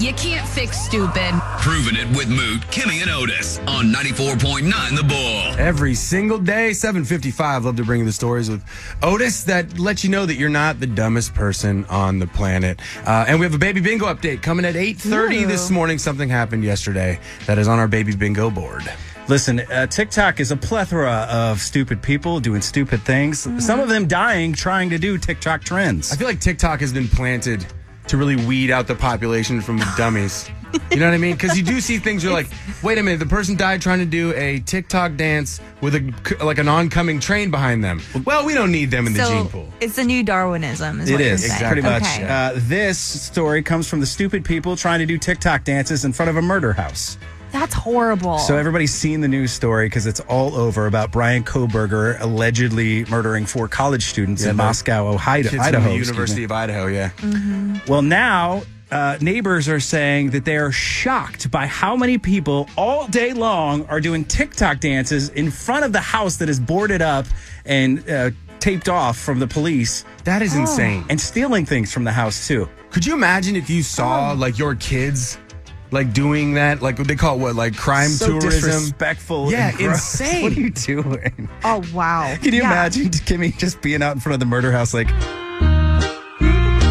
You can't fix stupid. Proving it with Moot, Kimmy, and Otis on 94.9 The Bull. Every single day, 755. Love to bring you the stories with Otis that let you know that you're not the dumbest person on the planet. Uh, and we have a baby bingo update coming at 8.30 this morning. Something happened yesterday that is on our baby bingo board. Listen, uh, TikTok is a plethora of stupid people doing stupid things. Some of them dying trying to do TikTok trends. Mm-hmm. I feel like TikTok has been planted to really weed out the population from the dummies. You know what I mean? Because you do see things you're like, wait a minute, the person died trying to do a TikTok dance with a like an oncoming train behind them. Well, we don't need them in the gene So pool. it's the new Darwinism. Is It what is You're saying. pretty much. Okay. Uh, this story comes from the stupid people trying to do TikTok dances in front of a murder house. That's horrible. So everybody's seen the news story because it's all over about Brian Koberger allegedly murdering four college students in the Moscow, Ohio, Kids Idaho. from the excuse me. University of Idaho, yeah. Well, now uh, neighbors are saying that they are shocked by how many people all day long are doing TikTok dances in front of the house that is boarded up and uh, taped off from the police That Oh. is insane. and stealing things from the house too. Could you imagine if you Oh. saw like your kids like doing that? Like what they call it, what like crime so tourism? disrespectful. Yeah, and gross. insane. What are you doing? oh wow. Can you Yeah. imagine Kimmy just being out in front of the murder house, like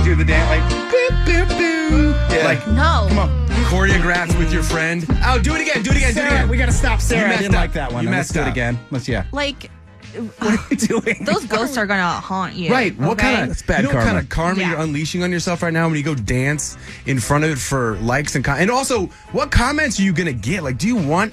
do the dance, like boop, boop, boop. Yeah. Like No. come on, choreographed with your friend. Oh, do it again, do it again, do it Sarah, again. we gotta stop, Sarah. I messed didn't up. like that one. You Let's messed do it up. again. Let's yeah. Like What are you doing? those ghosts are gonna haunt you. Right. What okay? kind of That's bad you know what karma. kind of karma Yeah. you're unleashing on yourself right now when you go dance in front of it for likes and com- and also what comments are you gonna get? Like, do you want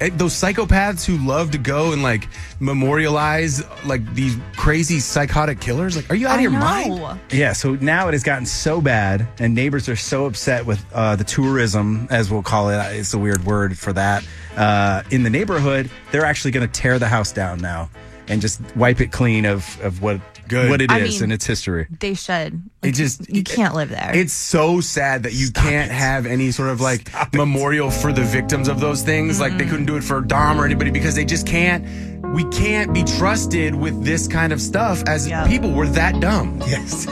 eh, those psychopaths who love to go and like memorialize like these crazy psychotic killers? Like, are you out I of your know. mind? Yeah, so now it has gotten so bad, and neighbors are so upset with uh, the tourism, as we'll call it. uh, It's a weird word for that. Uh, in the neighborhood, they're actually going to tear the house down now and just wipe it clean of, of what Good. what it is I mean- and its history. They should. It just you can't live there. It's so sad that you can't have any sort of like memorial for the victims of those things. Like they couldn't do it for Dom or anybody because they just can't. We can't be trusted with this kind of stuff as Yeah. people. We're that dumb. Yes.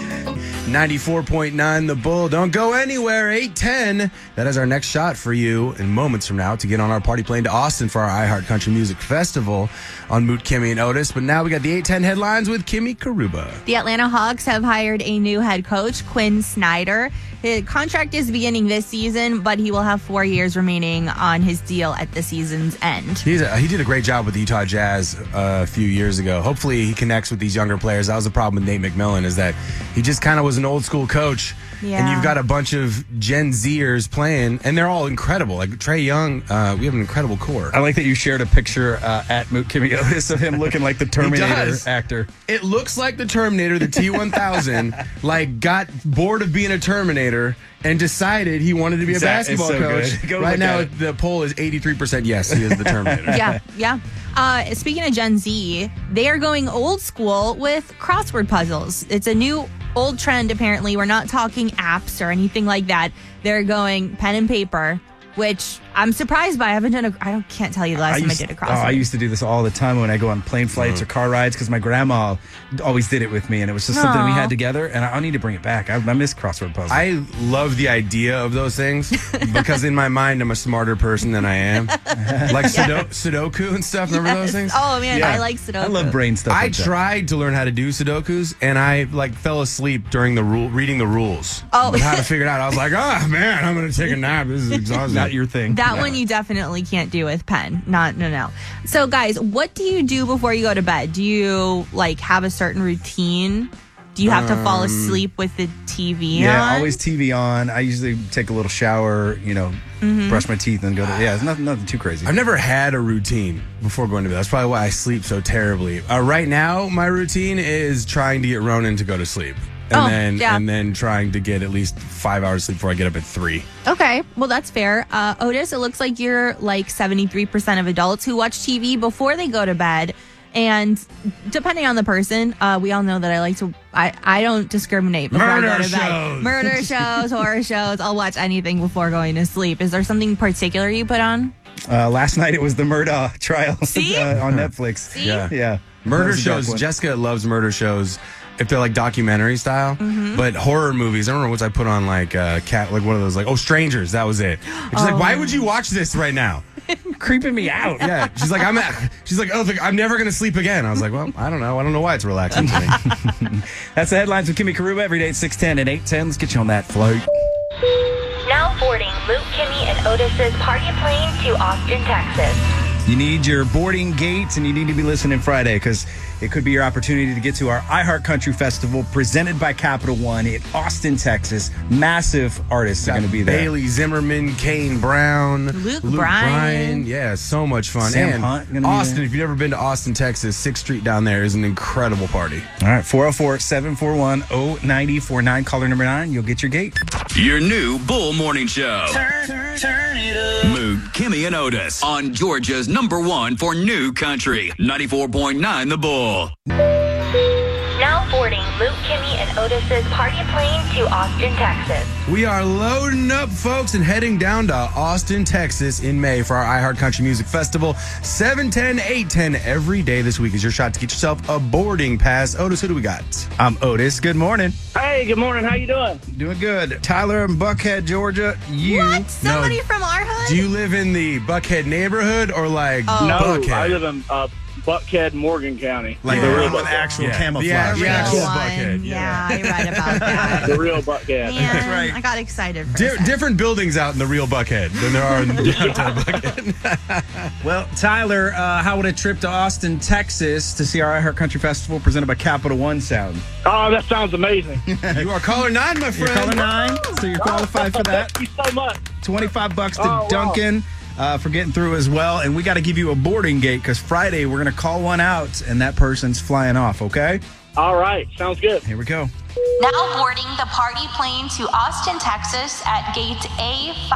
94.9 The Bull. Don't go anywhere. 810. That is our next shot for you in moments from now to get on our party plane to Austin for our iHeart Country Music Festival on Moot, Kimmy, and Otis. But now we got the 810 headlines with Kimmy Karuba. The Atlanta Hawks have hired a new head coach, Quinn Snyder. His contract is beginning this season, but he will have four years remaining on his deal at the season's end. He's a, he did a great job with the Utah Jazz uh, a few years ago. Hopefully, he connects with these younger players. That was the problem with Nate McMillan is that he just kind of was an old school coach, and Yeah. you've got a bunch of Gen Zers playing, and they're all incredible. Like Trey Young, uh, we have an incredible core. I like that you shared a picture uh, at Moot Kimmy Otis of him looking like the Terminator does. actor. It looks like the Terminator, the T1000, like got bored of being a Terminator and decided he wanted to be a Exact- it's basketball so coach. good. Go Right look now, at it. the poll is 83% yes, he is the Terminator. Yeah, yeah. Uh, speaking of Gen Z, they are going old school with crossword puzzles. It's a new old trend, apparently. We're not talking apps or anything like that. They're going pen and paper, which I'm surprised by. I haven't done a, I don't, can't tell you the last time I did a crossword. oh, I used to do this all the time when I go on plane flights Mm. or car rides because my grandma always did it with me, and it was just something we Aw. had together. And I, I need to bring it back. I, I miss crossword puzzles. I love the idea of those things because in my mind I'm a smarter person than I am. Like Sudo- Sudoku and stuff. Remember those things? Oh, man, Yeah. I like Sudoku. I love brain stuff. I like that. tried to learn how to do Sudokus and I like fell asleep during the rule reading the rules. Oh. But how to figure it out? I was like, oh man, I'm gonna take a nap. This is exhausting. Not your thing. That one you definitely can't do with pen. Not no no. So guys, what do you do before you go to bed? Do you like have a certain routine? Do you have to fall asleep with the TV? Um, yeah, on? always TV on. I usually take a little shower, you know, Mm-hmm. brush my teeth and go to. Yeah, it's nothing, nothing too crazy. I've never had a routine before going to bed. That's probably why I sleep so terribly. Uh, right now, my routine is trying to get Ronan to go to sleep. And Oh, then yeah. and then trying to get at least five hours sleep before I get up at three. Okay, well that's fair. Uh, Otis, it looks like you're like seventy three percent of adults who watch TV before they go to bed. And depending on the person, uh, we all know that I like to. I, I don't discriminate before I Murder go to bed. shows. Murder shows, horror shows. I'll watch anything before going to sleep. Is there something particular you put on? Uh, last night it was the Murdaugh trial See? uh, on Netflix. See? Yeah, yeah. That Murder was a dark shows. one. Jessica loves murder shows. if they're like documentary style. But horror movies, I remember once I put on like uh, cat, like one of those, like oh strangers, that was it. And She's like, why would you watch this right now? Creeping me out. Yeah, she's like, I'm. At, she's like, oh, like, I'm never gonna sleep again. I was like, well, I don't know. I don't know why it's relaxing to me. That's the headlines with Kimmy Karuba every day at 610 and 810. Let's get you on that float. Now boarding Luke, Kimmy, and Otis's party plane to Austin, Texas. You need your boarding gates and you need to be listening Friday because it could be your opportunity to get to our iHeart Country Festival presented by Capital One in Austin, Texas. Massive artists are going to be there. Bailey Zimmerman, Kane Brown, Luke Bryan. Yeah, so much fun. Sam and Hunt gonna be Austin, there. if you've never been to Austin, Texas, Sixth Street down there is an incredible party. All right, 404 741 0949, caller number oh nine. You'll get your gate. Your new Bull Morning Show. Turn, turn, turn it up. Moot, Kimmy, and Otis on Georgia's number one for new country. 94.9 The Bull. Now boarding Luke, Kimmy, and Otis's party plane to Austin, Texas. We are loading up, folks, and heading down to Austin, Texas in May for our iHeart Country Music Festival. 710, 810 every day this week is your shot to get yourself a boarding pass. Otis, who do we got? I'm Otis. Good morning. Hey, good morning. How you doing? Doing good. Tyler in Buckhead, Georgia. You. What? Somebody No. from our hood? Do you live in the Buckhead neighborhood or like Oh. No, Buckhead? I live in uh, Buckhead, Morgan County. Like Yeah. the real With actual Yeah. camouflage. Yeah, the real yeah, actual one. bucket, Yeah, you're right about that. The real Buckhead. Man, right. I got excited for a Di- sec. different buildings out in the real Buckhead than there are in the downtown Buckhead. Well, Tyler, uh, how would a trip to Austin, Texas to see our I Heart Country Festival presented by Capital One sound? Oh, that sounds amazing. You are caller nine, my You're friend. calling nine, so you're qualified for that. Thank you so much. 25 bucks to Oh, wow. Duncan uh, for getting through as well. And we got to give you a boarding gate because Friday we're going to call one out and that person's flying off, okay? All right, sounds good. Here we go. Now boarding the party plane to Austin, Texas at gate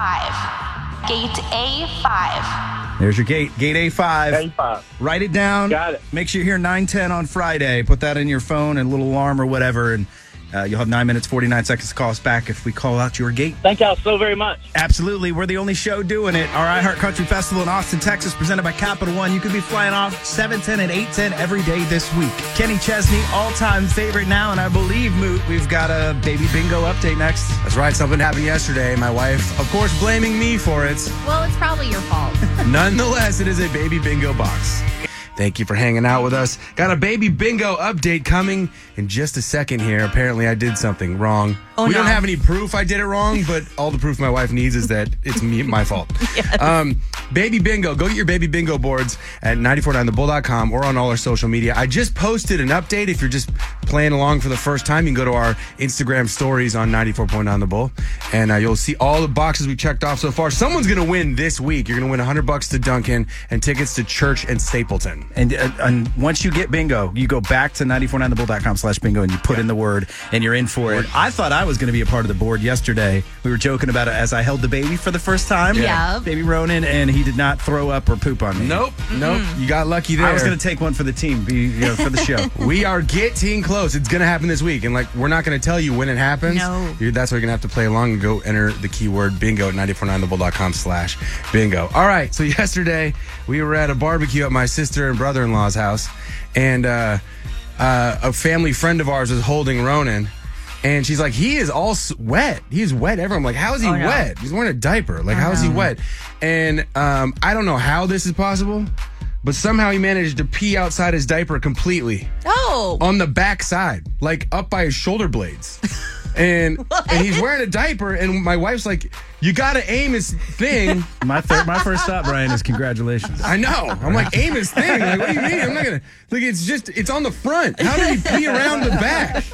A5. Gate A5. There's your gate, gate A5. Hey, five. Write it down. Got it. Make sure you're here 910 on Friday. Put that in your phone and a little alarm or whatever. And uh, you'll have nine minutes, 49 seconds to call us back if we call out your gate. Thank y'all so very much. Absolutely. We're the only show doing it. Our iHeart Country Festival in Austin, Texas, presented by Capital One. You could be flying off 710 and 810 every day this week. Kenny Chesney, all time favorite now, and I believe Moot. We've got a baby bingo update next. That's right. Something happened yesterday. My wife, of course, blaming me for it. Well, it's probably your fault. Nonetheless, it is a baby bingo box. Thank you for hanging out with us. Got a baby bingo update coming in just a second here. Apparently, I did something wrong. Oh, we don't no. have any proof I did it wrong, but all the proof my wife needs is that it's me, my fault. Um, baby bingo. Go get your baby bingo boards at 949thebulldot.com or on all our social media. I just posted an update. If you're just playing along for the first time, you can go to our Instagram stories on 94.9 The Bull, and uh, you'll see all the boxes we checked off so far. Someone's going to win this week. You're going to win 100 bucks to Duncan and tickets to Church and Stapleton. And, uh, and once you get bingo, you go back to 949thebull.com slash bingo and you put in the word and you're in for it. I thought I was going to be a part of the board yesterday. We were joking about it as I held the baby for the first time. Yeah. Yeah. Baby Ronan, and he did not throw up or poop on me. Nope, nope. You got lucky there. I was going to take one for the team, be, you know, for the show. We are getting close. It's going to happen this week. And, like, we're not going to tell you when it happens. No. You're, that's why you're going to have to play along and go enter the keyword bingo at 949thebull.com slash bingo. All right. So, yesterday, we were at a barbecue at my sister and brother in law's house. And uh, uh, a family friend of ours was holding Ronan. And she's like, he is all s- wet. He's wet everywhere. I'm like, how is he Oh, no. Oh, wet? He's wearing a diaper. Like, how is he wet? And um, I don't know how this is possible, but somehow he managed to pee outside his diaper completely Oh, on the back side, like up by his shoulder blades. And, and he's wearing a diaper, and my wife's like, "You gotta aim his thing." My thir- my first thought, Brian, is congratulations. I know. I'm like, "Aim his thing." Like, what do you mean? I'm not gonna. Like, it's just, it's on the front. How did he pee around the back?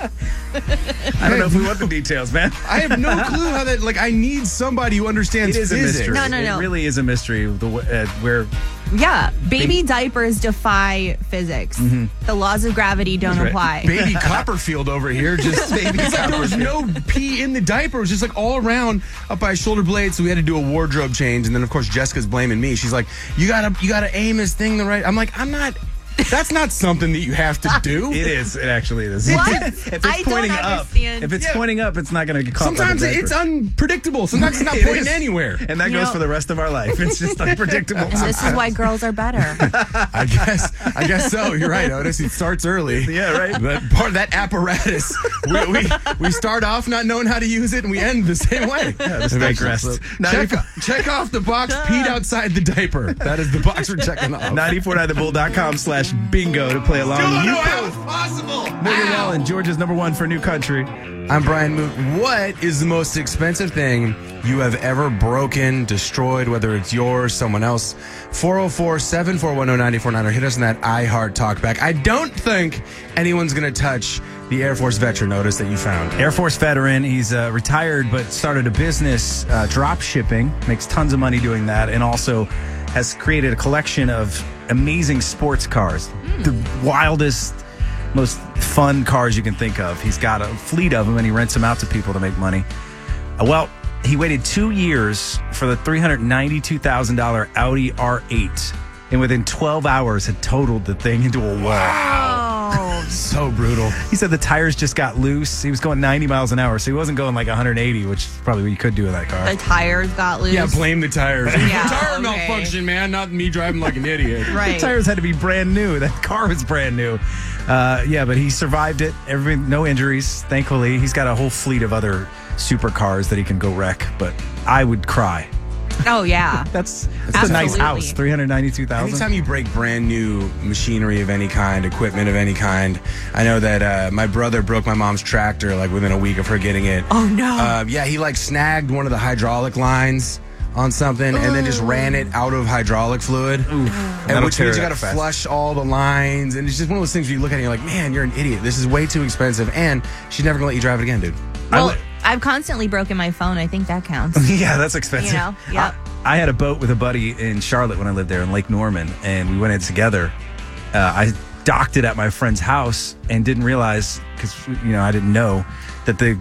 I don't know if we want the details, man. I have no clue how that. Like, I need somebody who understands It is a physics. mystery. No, no, no. It really is a mystery. The w- uh, where yeah. Baby diapers defy physics. The laws of gravity don't Mm-hmm. apply. right. Baby Copperfield over here just it's like there was no pee in the diaper. It was just like all around up by his shoulder blades. So we had to do a wardrobe change. And then of course Jessica's blaming me. She's like, You gotta you gotta aim his thing the right. I'm like, I'm not That's not something that you have to do. It is. It actually is. What? if it's I don't pointing up, understand. if it's Yeah. pointing up, it's not going to get caught. by the Sometimes breaker. it's unpredictable. Sometimes it's not It pointing is. anywhere. and that You goes know- for the rest of our life. It's just unpredictable. And this is why girls are better. I guess. I guess so. You're right, Otis. It starts early. Yeah, right. That part, that apparatus. We, we we start off not knowing how to use it, and we end the same way. this Eventually. digressed. So Now check, you've- check off the box. Peed outside the diaper. That is the box we're checking off. 949thebull.com slash bingo to play along. You was know possible. Morgan Wallen, Georgia's number one for new country. I'm Brian Moon. What is the most expensive thing you have ever broken, destroyed, whether it's yours, someone else? 404 741 0949 or hit us on that iHeart talkback. I don't think anyone's going to touch the Air Force veteran notice that you found. Air Force veteran. He's uh, retired, but started a business uh, drop shipping. Makes tons of money doing that, and also has created a collection of amazing sports cars, the wildest, most fun cars you can think of. He's got a fleet of them, and he rents them out to people to make money. Uh, well, he waited two years for the three hundred ninety-two thousand dollar Audi R8, and within twelve hours had totaled the thing into a wall. Oh, So brutal. He said the tires just got loose. He was going 90 miles an hour, so he wasn't going like 180, which is probably what you could do in that the car. tires got loose. Yeah, blame the tires. Yeah, tire okay. malfunction, man, not me driving like an idiot. The Right. tires had to be brand new. That car was brand new. Uh, yeah, but he survived it. Every no injuries, thankfully. He's got a whole fleet of other supercars that he can go wreck. But I would cry. Oh yeah. That's that's a nice Absolutely. house. Three hundred ninety-two thousand. Anytime you break brand new machinery of any kind, equipment of any kind, I know that uh, my brother broke my mom's tractor like within a week of her getting it. Oh, no. Uh, yeah, he like snagged one of the hydraulic lines on something and then just ran it out of hydraulic fluid. And That'll which tear means it you up got to fast. flush all the lines, and it's just one of those things where you look at it and you're like, man, you're an idiot. This is way too expensive, and she's never gonna let you drive it again, dude. Well, I've constantly broken my phone. I think that counts. Yeah, that's expensive. You know, yep. I, I had a boat with a buddy in Charlotte when I lived there in Lake Norman, and we went in together. Uh, I docked it at my friend's house and didn't realize because you know I didn't know that the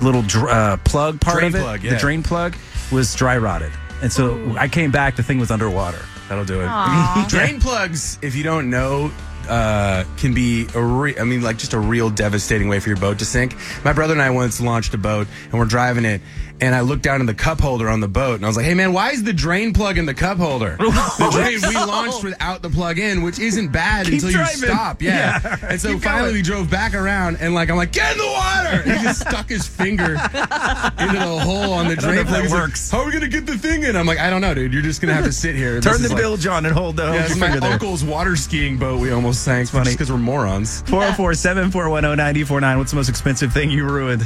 little dr- uh, plug part Drain of it, plug, the yeah. drain plug, was dry rotted, and so I came back. The thing was underwater. That'll do it. Aw. Drain plugs, if you don't know, uh, can be a re- I mean, like just a real devastating way for your boat to sink. My brother and I once launched a boat and we're driving it, and I looked down in the cup holder on the boat and I was like, "Hey man, why is the drain plug in the cup holder? the drain we launched without the plug in, which isn't bad until you driving. stop, yeah." And so finally going. we drove back around and like I'm like, "Get in the water!" And he just stuck his finger into the hole on the know drain if plug. that He's like, works. How are we gonna get the thing in? I'm like, "I don't know, dude. You're just gonna have to sit here." This Turn is the like- bilge on and hold the hold yeah, it's your my finger there. uncle's water skiing boat we almost sank funny. funny. because we're morons. 404 741 0949. What's the most expensive thing you ruined?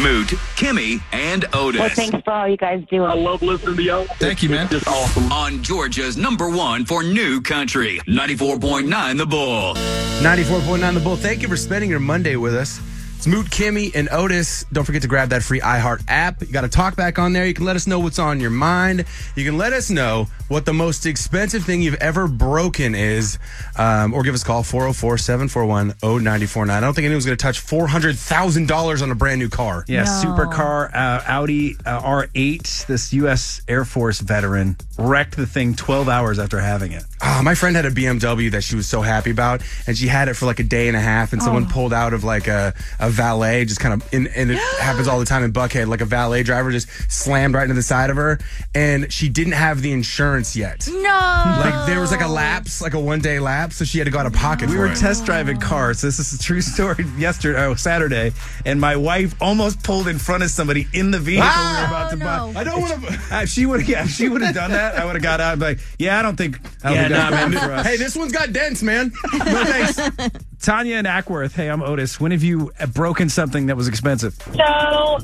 Moot, Kimmy, and Well, Otis thanks for all you guys do. I love listening to y'all. Thank you, man. It's just awesome. on Georgia's number one for new country. 94.9 The Bull. 94.9 The Bull, thank you for spending your Monday with us. It's Moot, Kimmy, and Otis. Don't forget to grab that free iHeart app. You got a talk back on there. You can let us know what's on your mind. You can let us know what the most expensive thing you've ever broken is, um, or give us a call 404 741 0949. I don't think anyone's going to touch $400,000 on a brand new car. Yeah, No. supercar uh, Audi uh, R8. This U.S. Air Force veteran wrecked the thing 12 hours after having it. Ah, my friend had a BMW that she was so happy about, and she had it for like a day and a half. And someone pulled out of like a, a valet, just kind of, and, and it happens all the time in Buckhead. Like a valet driver just slammed right into the side of her, and she didn't have the insurance yet. No. Like there was like a lapse, like a one day lapse, so she had to go out of pocket. We for were it. test driving cars. This is a true story. Yesterday, oh, Saturday, and my wife almost pulled in front of somebody in the vehicle we were about Oh, to no. buy. I don't want to. Uh, if she would, yeah, if she would have done that. I would have got out. and be like, yeah, I don't think. I don't Yeah, think nah, that's man. good for us." Hey, this one's got dents, man. No, thanks. Tanya and Ackworth. Hey, I'm Otis. When have you uh, broken something that was expensive? So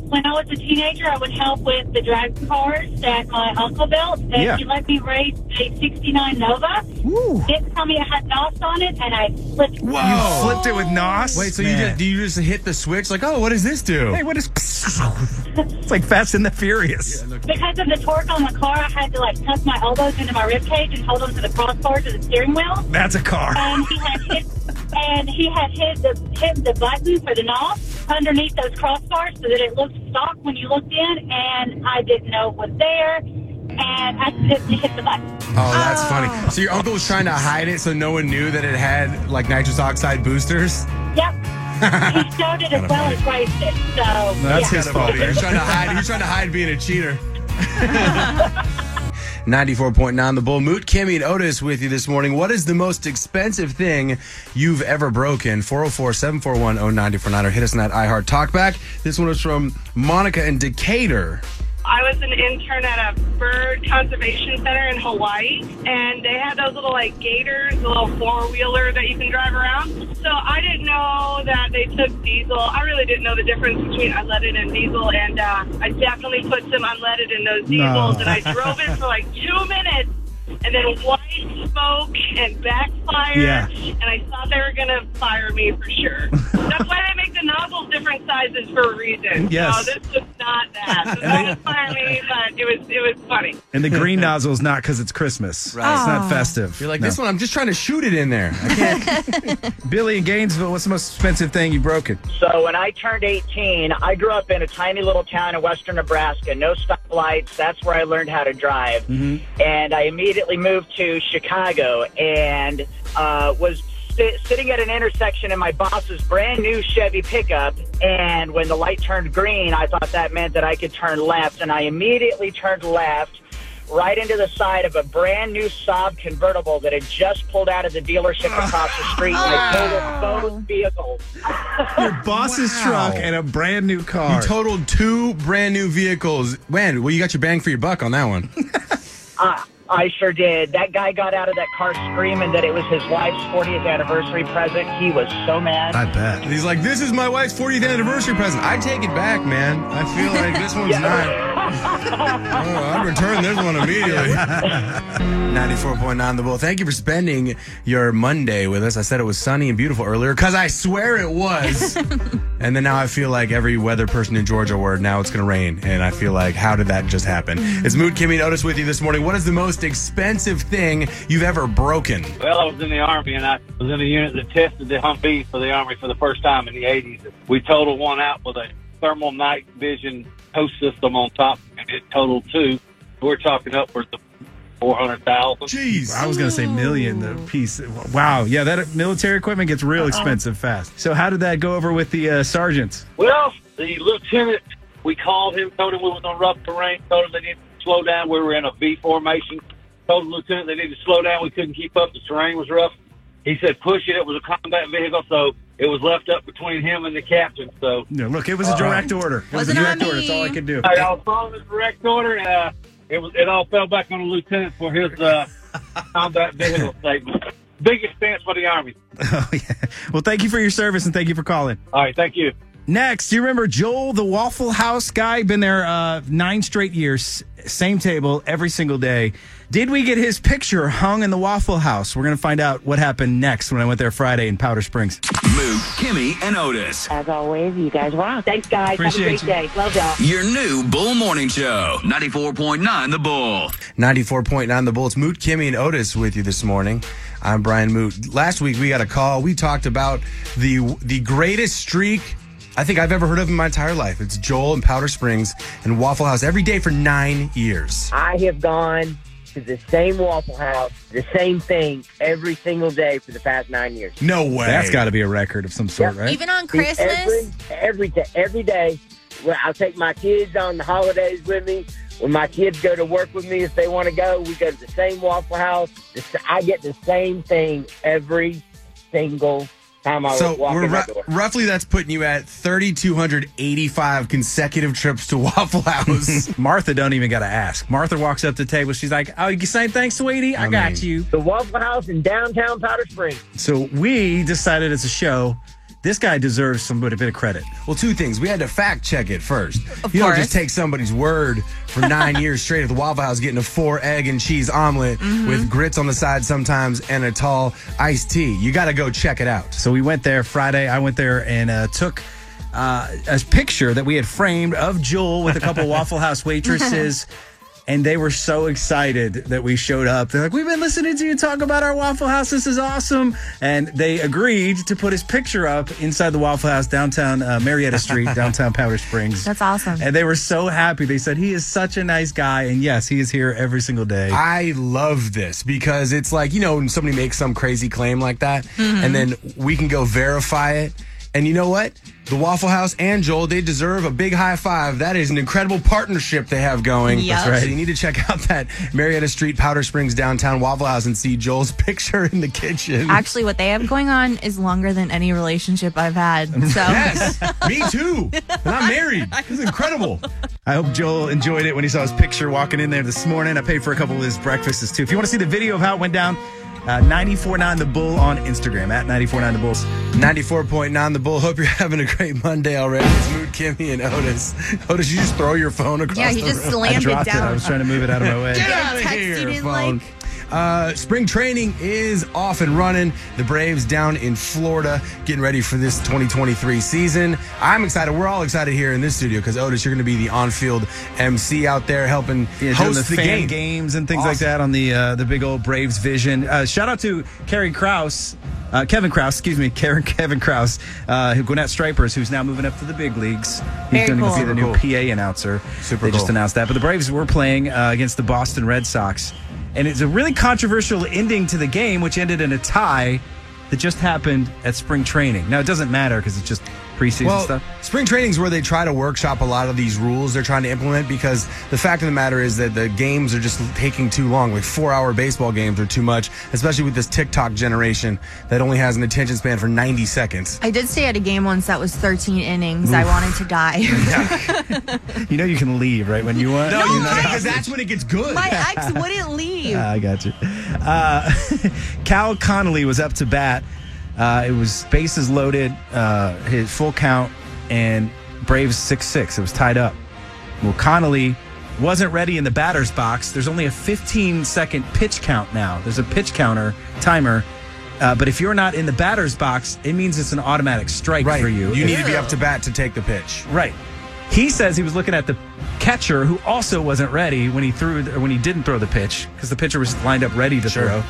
when I was a teenager, I would help with the drag cars that my uncle built, and Yeah. he let me race a '69 Nova. Woo. Didn't tell me it had NOS on it, and I flipped. You flipped it with nos. Wait, so Man. you just, do you just hit the switch? Like, oh, what does this do? Hey, what is? It's like Fast and the Furious. Because of the torque on the car, I had to like tuck my elbows into my rib cage and hold onto the crossbars of the steering wheel. That's a car. And he had hit, and he had hit the hit the button for the knob underneath those crossbars so that it looked stock when you looked in, and I didn't know it was there. and I accidentally hit the button. Oh, that's funny. So your uncle was trying to hide it so no one knew that it had like nitrous oxide boosters. Yep. he showed it as well as raised it. So That's yeah. his fault. You're trying to hide. You're trying to hide being a cheater. 94.9 The Bull. Moot, Kimmy, and Otis with you this morning. What is the most expensive thing you've ever broken? 404 741 0949 or hit us on that iHeart Talkback. This one is from Monica in Decatur. I was an intern at a bird conservation center in Hawaii, and they had those little like gators, the little four wheeler that you can drive around. So I didn't know that they took diesel. I really didn't know the difference between unleaded and diesel, and uh, I definitely put some unleaded in those diesels, and I drove it for like two minutes. And then white smoke and backfire, Yeah. and I thought they were gonna fire me for sure. That's why they make the nozzles different sizes for a reason. Yes. So this was not that. This And they- was funny, but it was it was funny. And the green nozzle is not because it's Christmas. Right. Ah. It's not festive. You're like, No. this one, I'm just trying to shoot it in there. Billy in Gainesville, what's the most expensive thing you broke it? So when I turned 18, I grew up in a tiny little town in western Nebraska, no stoplights. That's where I learned how to drive. And I immediately moved to Chicago and uh, was sit- sitting at an intersection in my boss's brand new Chevy pickup. And when the light turned green, I thought that meant that I could turn left. And I immediately turned left right into the side of a brand new Saab convertible that had just pulled out of the dealership across the street. And I totaled both vehicles. Your boss's Wow. truck and a brand new car. You totaled two brand new vehicles. Man, well, you got your bang for your buck on that one. Ah, I sure did. That guy got out of that car screaming that it was his wife's 40th anniversary present. He was so mad. I bet. He's like, this is my wife's 40th anniversary present. I take it back, man. I feel like this one's not. Oh, I'd return this one immediately. 94.9 The Bull. Thank you for spending your Monday with us. I said it was sunny and beautiful earlier because I swear it was. and then now I feel like every weather person in Georgia where now it's going to rain. And I feel like, how did that just happen? It's Mood Kimmy and Otis with you this morning. What is the most expensive thing you've ever broken? Well, I was in the Army, and I was in a unit that tested the Humvee for the Army for the first time in the 80s. We totaled one out with a thermal night vision host system on top, and it totaled two. We're talking upwards of 400000 Jeez. I was going to say million the piece. Wow. Yeah, that military equipment gets real expensive fast. So how did that go over with the uh, sergeants? Well, the lieutenant, we called him, told him we was on rough terrain, told him they needed to slow down. We were in a V formation. Told the lieutenant they needed to slow down. We couldn't keep up. The terrain was rough. He said, push it. It was a combat vehicle, so it was left up between him and the captain. So No, look, it was a direct order. It was a Wasn't on direct order. It's all I me. could do. I all followed the direct order, and uh, it was it all fell back on the lieutenant for his uh, combat vehicle statement. Big expense for the Army. Oh, yeah. Well, thank you for your service and thank you for calling. All right, thank you. Next, do you remember Joel, the Waffle House guy? Been there uh, nine straight years, same table every single day. Did we get his picture hung in the Waffle House? We're going to find out what happened next when I went there Friday in Powder Springs. Moot, Kimmy, and Otis. As always, you guys rock. Thanks, guys. Appreciate Have a great day. Love y'all. Your new Bull Morning Show. 94.9 The Bull. 94.9 The Bullets. Moot, Kimmy, and Otis with you this morning. I'm Brian Moot. Last week we got a call. We talked about the the greatest streak I think I've ever heard of in my entire life. It's Joel in Powder Springs and Waffle House every day for nine years. I have gone to the same Waffle House, the same thing, every single day for the past nine years. No way. That's got to be a record of some sort, right? Even on See, Christmas? Every, every day, every day. Well, I'll take my kids on the holidays with me. When my kids go to work with me, if they want to go, we go to the same Waffle House. The s- I get the same thing every single time I so walk we're in my ru- door. roughly that's putting you at 3,285 consecutive trips to Waffle House. Martha don't even got to ask. Martha walks up to the table. She's like, "Oh, you saying thanks, sweetie? I, I got mean- you." The Waffle House in downtown Powder Springs. So we decided as a show, this guy deserves some bit of credit. well, two things. We had to fact check it first. Of you don't course. just take somebody's word for nine years straight at the Waffle House getting a four egg and cheese omelet Mm-hmm. with grits on the side sometimes and a tall iced tea. You got to go check it out. So we went there Friday. I went there and uh, took uh, a picture that we had framed of Joel with a couple Waffle House waitresses. And they were so excited that we showed up. They're like, we've been listening to you talk about our Waffle House. This is awesome. And they agreed to put his picture up inside the Waffle House downtown uh, Marietta Street, downtown Powder Springs. That's awesome. And they were so happy. They said, he is such a nice guy. And yes, he is here every single day. I love this because it's like, you know, when somebody makes some crazy claim like that, Mm-hmm. and then we can go verify it. And you know what? The Waffle House and Joel, they deserve a big high five. That is an incredible partnership they have going. Yep. That's right. So you need to check out that Marietta Street, Powder Springs, downtown Waffle House and see Joel's picture in the kitchen. Actually, what they have going on is longer than any relationship I've had. So yes, me too. And I'm married. This is incredible. I hope Joel enjoyed it when he saw his picture walking in there this morning. I paid for a couple of his breakfasts too. If you want to see the video of how it went down, uh, 949 The Bull on Instagram, at 949 The Bulls. 94.9 The Bull. Hope you're having a great Monday already. It's Mood, Kimmy, and Otis. Otis, you just throw your phone across yeah, he the just room. I slammed it dropped it. I down. was trying to move it out of my way. Get Yeah, out of text you here, didn't phone. like. Uh, spring training is off and running. The Braves down in Florida getting ready for this 2023 season. I'm excited. We're all excited here in this studio because Otis, you're going to be the on-field MC out there helping Yeah, doing host the, the, fan game. games and things like Awesome. that on the uh, the big old Braves Vision. Uh, shout out to Kerry Kraus, uh, Kevin Kraus, excuse me, Karen, Kevin Kraus, uh, who Gwinnett Stripers, who's now moving up to the big leagues. Very He's going cool. to be the Super new cool. PA announcer. Super They just cool. announced that. But the Braves were playing uh, against the Boston Red Sox, and it's a really controversial ending to the game, which ended in a tie that just happened at spring training. Now it doesn't matter because it's just preseason Well, stuff. spring training is where they try to workshop a lot of these rules they're trying to implement because the fact of the matter is that the games are just taking too long. Like four hour baseball games are too much, especially with this TikTok generation that only has an attention span for 90 seconds. I did stay at a game once that was 13 innings. I wanted to die. You know you can leave right when you want. No, you can't, because that's when it gets good. My ex wouldn't leave. Ah, I got you. Uh, Cal Connolly was up to bat. Uh, it was bases loaded, uh, his full count, and Braves 6 6. It was tied up. Well, Connolly wasn't ready in the batter's box. There's only a 15 second pitch count now. There's a pitch counter timer. Uh, but if you're not in the batter's box, it means it's an automatic strike right. for you. You need to be up to bat to take the pitch. Right. He says he was looking at the catcher who also wasn't ready when he threw or when he didn't throw the pitch because the pitcher was lined up ready to Sure. throw.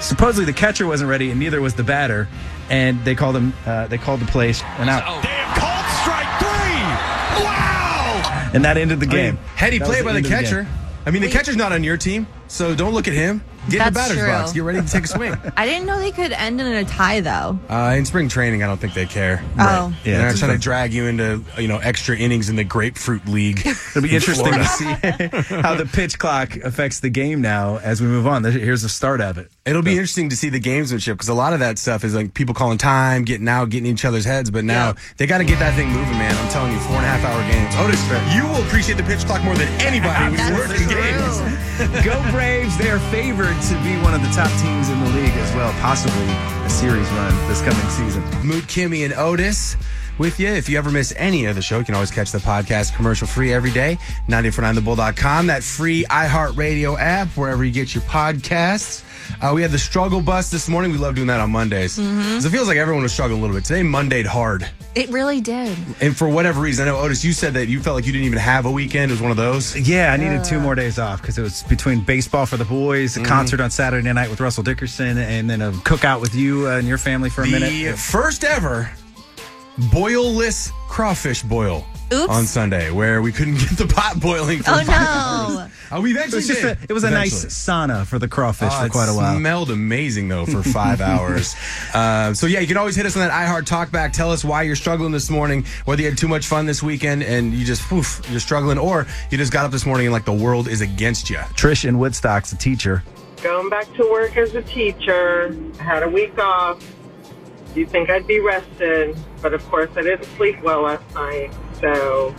Supposedly the catcher wasn't ready and neither was the batter, and they called him. Uh, they called the play and out, Oh, Damn, called strike three. Wow. and that ended the I mean, game. heady That was play by the end of game. catcher. I mean, the catcher's not on your team, so don't look at him. Get in the That's batter's true. box. Get ready to take a swing. I didn't know they could end in a tie, though. Uh, in spring training, I don't think they care. Oh. Yeah, Yeah, they're not it's trying to just- drag you into you know extra innings in the grapefruit league. It'll be interesting to see how the pitch clock affects the game now as we move on. Here's the start of it. It'll be interesting to see the gamesmanship because a lot of that stuff is like people calling time, getting out, getting in each other's heads. But now they got to get that thing moving, man. I'm telling you, four and a half hour games. Otis, you will appreciate the pitch clock more than anybody when you That's work in games. true. Go Braves! They are favored to be one of the top teams in the league as well, possibly a series run this coming season. Moot Kimmy and Otis with you. If you ever miss any of the show, you can always catch the podcast commercial free every day. 949thebull.com, that free iHeartRadio app, wherever you get your podcasts. Uh, we had the struggle bus this morning. We love doing that on Mondays. 'Cause it feels like everyone was struggling a little bit. Today, Mondayed hard. It really did. And for whatever reason, I know, Otis, you said that you felt like you didn't even have a weekend. It was one of those. Yeah, I needed two more days off because it was between baseball for the boys, a concert on Saturday night with Russell Dickerson, and then a cookout with you uh, and your family for a The minute. first ever boilless crawfish boil Oops. on Sunday, where we couldn't get the pot boiling for Oh, five no. Oh, we It eventually was just a, did. it was a nice Eventually. sauna for the crawfish Oh, for it quite a while. Smelled amazing though for five hours. Uh, so yeah, you can always hit us on that iHeart Talkback. Tell us why you're struggling this morning, whether you had too much fun this weekend and you just poof, you're struggling, or you just got up this morning and like the world is against you. Trish in Woodstock's a teacher. Going back to work as a teacher, I had a week off. You'd think I'd be rested, but of course I didn't sleep well last night, so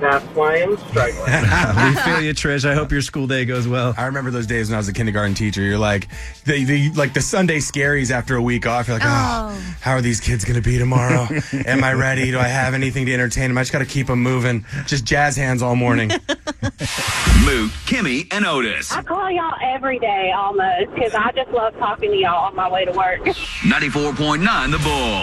that's why I'm struggling. Uh, we feel you, Trish. I hope your school day goes well. I remember those days when I was a kindergarten teacher. You're like the, the like the Sunday scaries after a week off. You're like, oh, Oh. how are these kids gonna be tomorrow? Am I ready? Do I have anything to entertain them? I just gotta keep them moving. Just jazz hands all morning. Moot, Kimmy, and Otis. I call y'all every day almost because I just love talking to y'all on my way to work. 94.9 The Bull.